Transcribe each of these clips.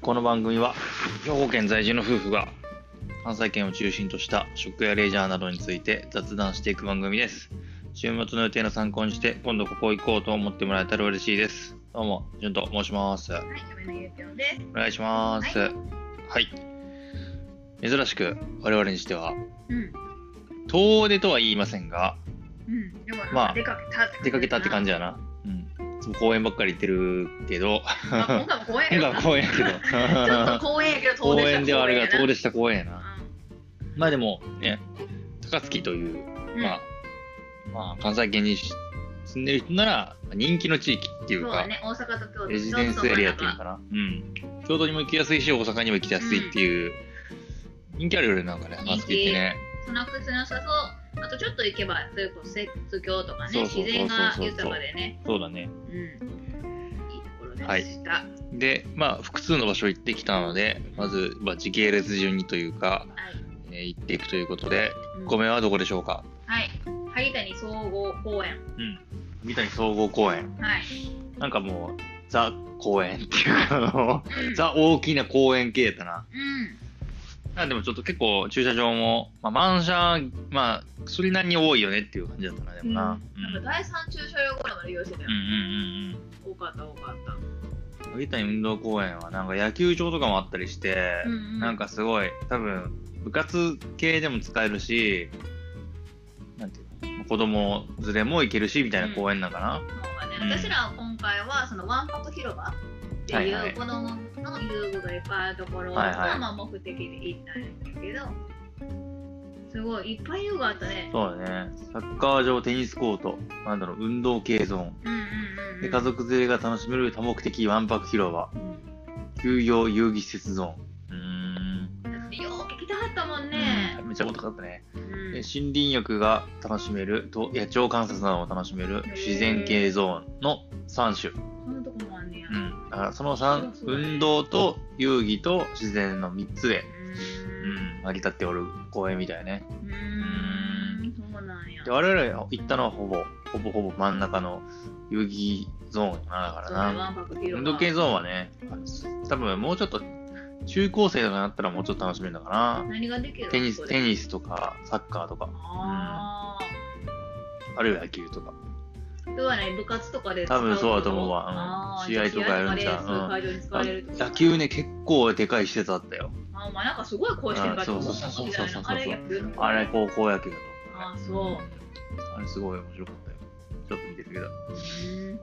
この番組は兵庫県在住の夫婦が関西圏を中心とした食やレジャーなどについて雑談していく番組です週末の予定の参考にして今度ここ行こうと思ってもらえたら嬉しいですどうもじゅんと申しますおはい、嫁のゆうきょうです。願いしますは、はい珍しく我々にしてはうん、遠出とは言いませんがうん、でも、まあ出かけたって出かけたって感じじやなうんいつも公園ばっかり行ってるけどだな。まあ今回も公園 今や回なは公園やけどちょっと公園公やけど遠出した園ではあるが遠出出した公園やなまあでもね、高槻という、まあ、まあ関西圏にし住んでる人なら人気の地域っていそううか、だね、大阪と京都レジデンスエリアっていうのかな、うん。京都にも行きやすいし、大阪にも行きやすいっていう、人気あるよね、なんかね、高槻ってね。その靴の良さそう。あとちょっと行けば、それこそ雪橋とかね、そうそうそうそう自然が豊かでね。そうだね。うん。いいところでした。はい。で、まあ、複数の場所行ってきたので、まず、まあ、時系列順にというか、えー行っていくということで、うん5名はどこでしょうかはい。萩谷総合公園。うん。三谷総合公園。はい。なんかもう、ザ公園っていうか、あの、うんザ大きな公園系だな。うん。なんでもちょっと結構駐車場も、まあ、満車、まあ、それなりに多いよねっていう感じだったな、でもな。なんか第三駐車場ぐらいまで利用してたようん、う。ん、うん多かった、多かった。うん。萩谷運動公園はなんか野球場とかもあったりして、うんうんなんかすごい、多分、部活系でも使えるし、なんていうの、子供連れも行けるし、みたいな公園なんかな。そうだね、うん私らは今回はそのわんぱく広場ってはいいはいう子供の遊具がいっぱいあるところはいはいがまあ目的で行ったんだけど、すごいいっぱい遊具あったね。そうだね。サッカー場、テニスコート、なんだろう、運動系ゾーン。うんうんうんうでん家族連れが楽しめる多目的わんぱく広場、休養遊戯施設ゾーン。うだってよく来たはったもんーん。ねう。んめっちゃ高かったね。うんで森林浴が楽しめると野鳥観察なども楽しめるへー自然系ゾーンの3種、そんなとこもあんねや。うん、だからその3そうだね運動と遊戯と自然の3つで、う、うん成り立っておる公園みたいねん。うん。そうなんやで。我々が行ったのはほぼほぼほぼ真ん中の遊戯ゾーンかなだからそうなねわんぱく広場。運動系ゾーンはね、多分もうちょっと中高生とかになったらもうちょっと楽しめるのかな。何ができるのテニそス、こテでニスとか、サッカーとか、ああ。あるいは野球とか。今日はね、部活とかで多分そうだと思うわうんわ試合とかやるんちゃう会場に使われるってこと野球ね、結構でかい施設あったよ。あ、まあ、なんかすごい声してるからうんそうそうそうそうそうそうあれ野球のあれ、高校野球だと思う、あそうあれ、すごい面白かったよ。ちょっと見てるけど。うん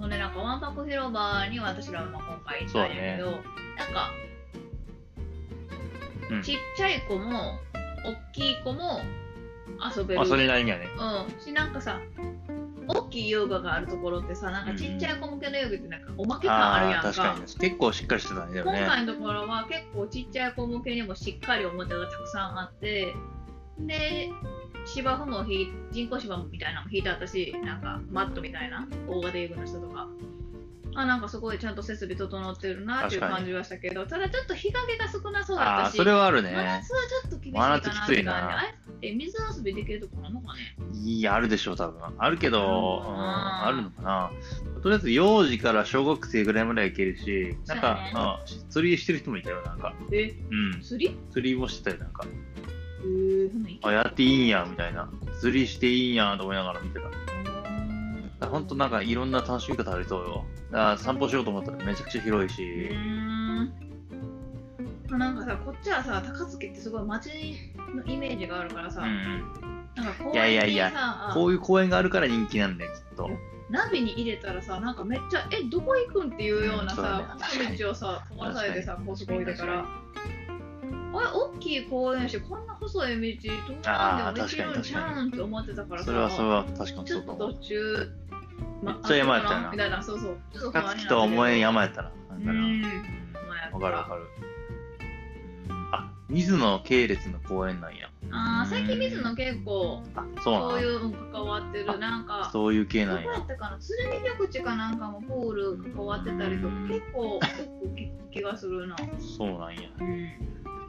そうね、なんかワンパク広場に私らはまあ今回行ったんやけど、なんかうんちっちゃい子も大きい子も遊べるまあ、それなりにはね。うんしなんかさ大きい遊具があるところってさなんかちっちゃい子向けの遊具ってなんかおまけ感あるやあんあー、か確かにね。結構しっかりしてたね、でも今ね。回のところは結構ちっちゃい子向けにもしっかりおもちゃがたくさんあってで芝生もひ人工芝みたいなのも引いてあったしなんかマットみたいな大型遊具の人とかあなんかすごいちゃんと設備整ってるなってい確うかに感じはしたけどただちょっと日陰が少なそうだっあたあ、しそれはある真ね。夏はちょっと厳しいかなって感真夏きつじいなあれえ水遊びできるとこあるのかねいや、あるでしょう、多分。あるけど、あうるんのかなあるのかな。とりあえず、幼児から小学生ぐらいまでは行けるし、なんか、そうあ釣りしてる人もいたよ、なんか。えうん。釣り釣りもしてたよ、なんか。えー、そんなんいけあ、やっていいんや、みたいな。釣りしていいんや、と思いながら見てた。だからほんと、なんか、いろんな楽しみ方ありそうよ。だから散歩しようと思ったらめちゃくちゃ広いし。うんなんかさこっちはさ高槻ってすごい街のイメージがあるからさ、うん。なんか公園にさいやいやいやあこういう公園があるから人気なんだよ、きっと。ナビに入れたらさなんかめっちゃえどこ行くんっていうよううなさんそうだね細道をさ飛ばされてさ高速置いてから。あれ大きい公園やしこんな細い道どうなんでも行けるんちゃうんって思ってたからそれは、それさは確かにちそょうっかとも途。中めっちゃ山やったよなみたいなそうそうちょっと高槻とは思えん山やったな。なんかな。うんわかるわかる。うんあ、水野系列の公園なんや。あー最近水野系。結構あ、そうそうないのうの関わってあるなんかそういう系どなこんやや。ったかな鶴見緑地かなんかもプール関わってたりとかうん結構結構聞く気がするな、そうなんや。うん、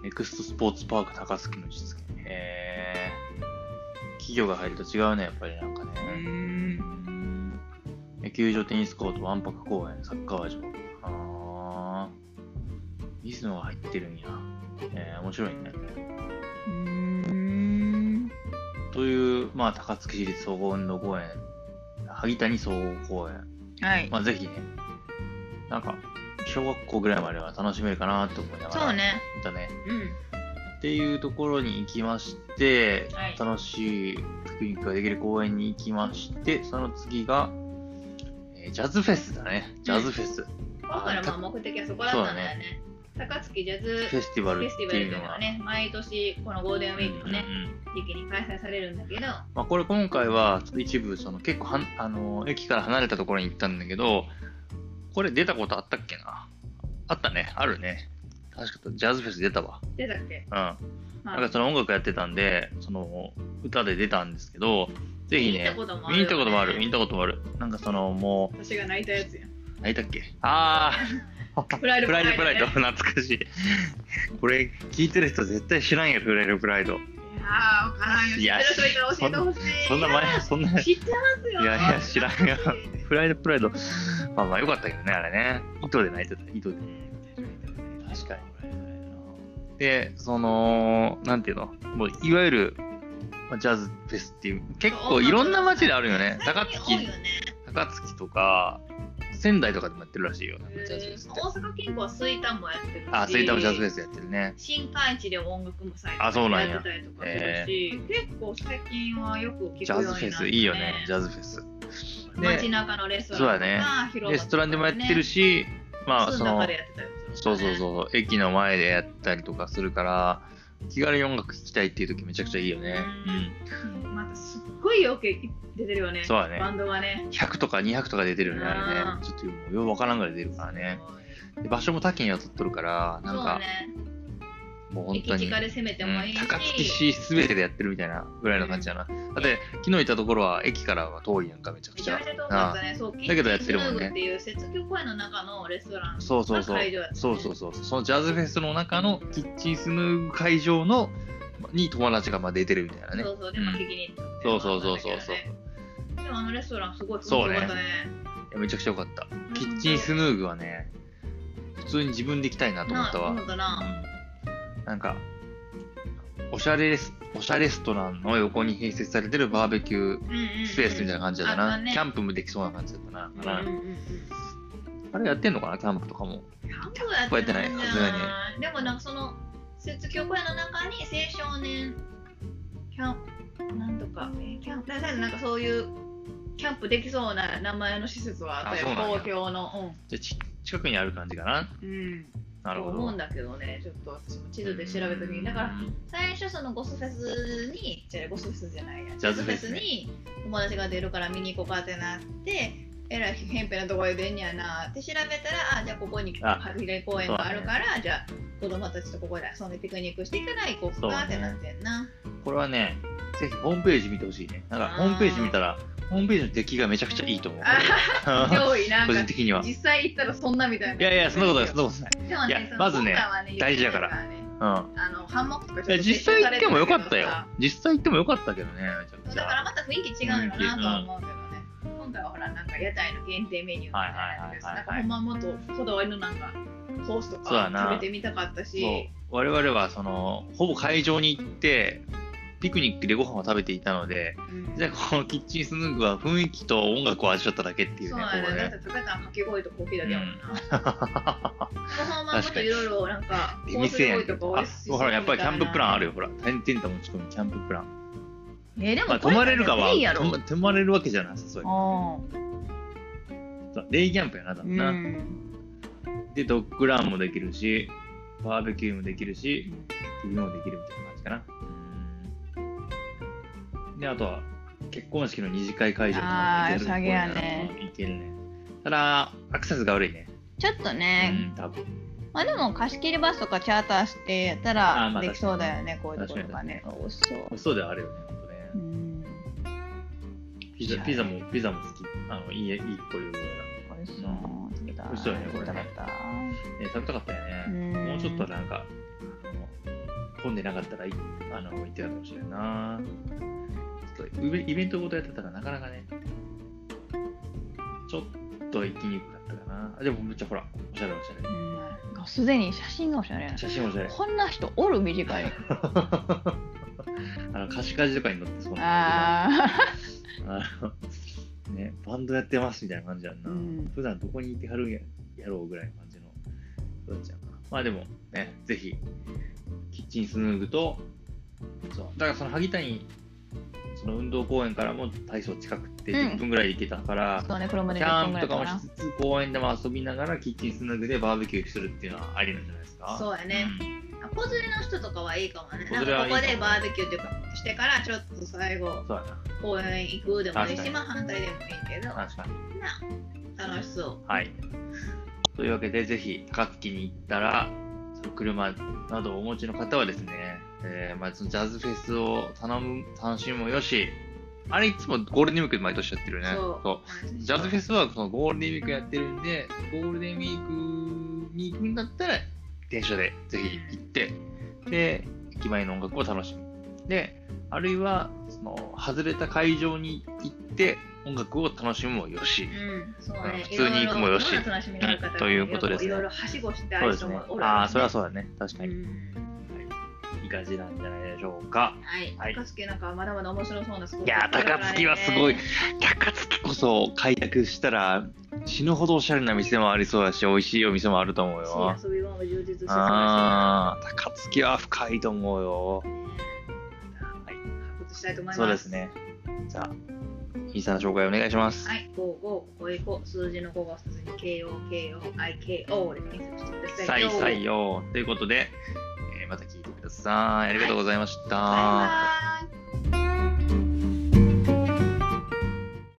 ネクストスポーツパーク高槻の実現。へー。企業が入ると違うね、やっぱりなんかね。うん野球場、テニスコート、わんぱく公園、サッカー場。あ水野が入ってるんや。えー面白いね。うーんという、まあ、高槻市立総合運動公園、萩谷総合公園、はい、まあ、ぜひね、なんか、小学校ぐらいまでは楽しめるかなと思いながら、そうね行ったね。うんっていうところに行きまして、はい楽しいピクニックができる公園に行きまして、その次が、えージャズフェスだね。ジャズフェス。今回のまああ目的はそこだったんだよね高槻ジャズフェスティバフルェっスティバてルいというのうのがは。ね毎年このゴールデンウィークのねうんうんうん時期に開催されるんだけどまあ、これ今回はちょっと一部その結構はんあの駅から離れたところに行ったんだけどこれ出たことあったっけなあったねあるね確かジャズフェス出たわ出たっけうんなんまかあその音楽やってたんでその歌で出たんですけどぜひ見たねこともあ見るに行ったこともある見ねに行ったこともあるなんかそのも私が泣いたやつやう何だっけああ フライドフプラライドイドねプライド 懐かしいこれ聞いてる人絶対知らんやろフライドプライドいやーわからんよいや知ってる人いたら教えてほしいそんな前そんな知ってますよいやいや知らん よフライドプライドまあまあ良かったけどねあれね糸で泣いてた糸で確かにでそのなんていうのもういわゆるまあジャズフェスっていう結構いろんな街であるよね高最近多い槻よね高槻とか仙台とかでもやってるらしいよなんかジャズフェスって大阪近郊は吹田もやってるしあ吹田もジャズフェスやってるね新海地で音楽も最あそうなんややってたりとかするし、結構最近はよく聞くようになってジャズフェスいいよねジャズフェス街で中のレストそうランだねとか、レストランでもやってるしし、まあ巣そのの中でやってたりするそうよねそうそう、駅の前でやったりとかするから、気軽に音楽聴きたいっていう時めちゃくちゃいいよね。うんまたすっごいよく出てるよねうん、そうだバね。ンドがね100とか200とか出てるよね、あうれね。んちょっともうようわからんぐらい出るからね。で場所も多岐にわたっとるから、なんそうかねもう本当駅に、近で攻めてもいいし、うん高槻市すべてでやってるみたいなぐらいの感じだな。だって、昨日行ったところは駅からは遠いやんか、めちゃくめちちゃゃめちゃ遠。かったねそうだけどやってるもんねキッチンヌーグっていう雪橋公園の中のレストランそうそうそうが会場だったねそうそうそう。そのジャズフェスの中のキッチンスヌー会場のに友達がまあ出てるみたいなね。そうそうでも聞きに行ったっていそうのそうもそあうそったんうだけどそうね。でもあのレストランすごいそうね良かったね。いやめちゃくちゃ良かった。キッチンスヌーグはね、普通に自分で行きたいなと思ったわ。なあそうだなうんなんか、おしゃれレス、おしゃれレストランの横に併設されてるバーベキューうんうんうんスペースみたいな感じだったな。あのねキャンプもできそうな感じだったな。うんうんうんうんあれやってんのかなキャンプとかも。半分はやこうやってないんじゃさすがでもなんかその雪橋公園の中に青少年キャンなんとかえーキャンプなんかそういうキャンプできそうな名前の施設はああったよそうなんや公共のじゃあち近くにある感じかな。うん、うん、なるほと思うどん。だけどねちょっと私も地図で調べた時にだから最初そのゴスフェスにじゃあゴスフェスじゃないやジャズフェスねに友達が出るから見に行こうかってなってえらいへんぺなとこで出んねやなって調べたらあじゃあここにあハビレ公園があるから、じゃあ子供たちとここで遊んでピクニックしてから行こうそうかねってなってんな、これはね、ぜひホームページ見てほしいね。なんかホームページ見たら、ホームページの出来がめちゃくちゃいいと思う。上位な ん個か人的には。 実際行ったらそんなみたいないいやいや、そんなことない、そんなことない。でもいやねそのまずね今回はね大事だから言ってるうん。らねあのハンモックとかいや実際行ってもよかったよ。実際行ってもよかったけどね、めちゃくちだからゃ。また雰囲気違うのかなとは思うけどね、今回はほらなんか屋台の限定メニューみたいなやつですはいはいはいはいなんかほんまもっとこだわりのなんかコースとそうやかな食べてみたかったそうし。我々は、その、ほぼ会場に行って、ピクニックでご飯を食べていたので、うんじゃあこのキッチンスヌーグは雰囲気と音楽を味わっただけっていうそうね、やここね、だっねて。食べたらかき氷とコーヒーだけやもんな。ご飯はもっといろいろなんか、コ出ー ス店や料ん理けとかど。美あ味し、そうほら、やっぱりキャンププランあるよ。よ、ほら。点々と持ち込むキャンププラン。えーでまもあ、泊まれるかは、いいやろ。泊ま泊まれるわけじゃなさそうやあけど。デイキャンプやな、多ー分な。うんで、ドッグランもできるし、バーベキューもできるし、運動できるみたいな感じかな。で、あとは、結婚式の二次会会場とかも行けるあー下げやね行けるね。ただ、アクセスが悪いね。ちょっとうね、ん、多分。まあでも貸し切りバスとかチャーターしてやったあーらまあできそうだよね、こういうと確こかにろがね。美味しそう。そうではあるよね、ほんとね。うん、ピザ、ピザも、ピザも好き。あの、いい、いい子いうぐらい美味しそう。食べたい美味しそうよねこれ食べねたいだね。食べたかったよね。んもうちょっとなんか、あの、混んでなかったらい、あの、行ってたかもしれんな。ちょっとイベ、イベントごとやってたから、なかなかね、ちょっと行きにくかったかな。あでも、めっちゃほら、おしゃれおしゃれう。ん頑もうすでに写真がおしゃれやな写真も じゃないこんな人おる短いあの貸しカジとかに乗ってそうなああの、 ね、バンドやってますみたいな感じやんあ、うな、ん、普段どこにいてはるんややろうぐらいの感じの人たちやんなまあでもねぜひキッチンスヌーグとそうだからその萩谷その運動公園からも体操近くってうん10分ぐらいで行けたから、そうね車でキ10ャ分ンぐらプといかかもなしつつ公園でも遊びながらキッチンスヌーグでバーベキューするっていうのはありなんじゃないですかそうやねん子連れの人とかはいいかもね。子な連んれかはいいこかもこでバーベキューというかしてからちょっと最後そうやな公園行くでもい確いかし、にまあ反対でもいいけど、な確かに楽しそう。はい。というわけで、ぜひ、高槻に行ったら、その車などをお持ちの方はですね、えーまあ、そのジャズフェスを頼む、楽しむもよし、あれいつもゴールデンウィークで毎年やってるよね。そうジャズフェスはそのゴールデンウィークやってるんで、ゴールデンウィークに行くんだったら、電車でぜひ行って、で、駅前の音楽を楽しむ。で、あるいは、その、外れた会場に行って、音楽を楽しむもよし。うん、そうね。普通に行くもよしいろいろ楽しみがある方がということですねいろいろはしごしてあそうるです人ねもお。るああ、それはう。そうだね。確かうに。んいい感じなんじゃないでしょうか。はい。はい高槻なんかまだまだ面白そうなスポットいやー、高槻はすごい。高槻こそ開拓したら死ぬほどおしゃれな店もありそうだし、美味しいお店もあると思うよ。し遊び場も充実してそうだああ、高槻は深いと思うよ。しね。はい、発掘したいと思います。そうですね。じゃあ、インスタの紹介お願いします。はい、5、5、ここへこ、数字の5が普通に KO、KO、IKO で検索してくだささい。いさいよ。よ。ということで、えーまた聞いてください。ありがとうございました。バイバイ。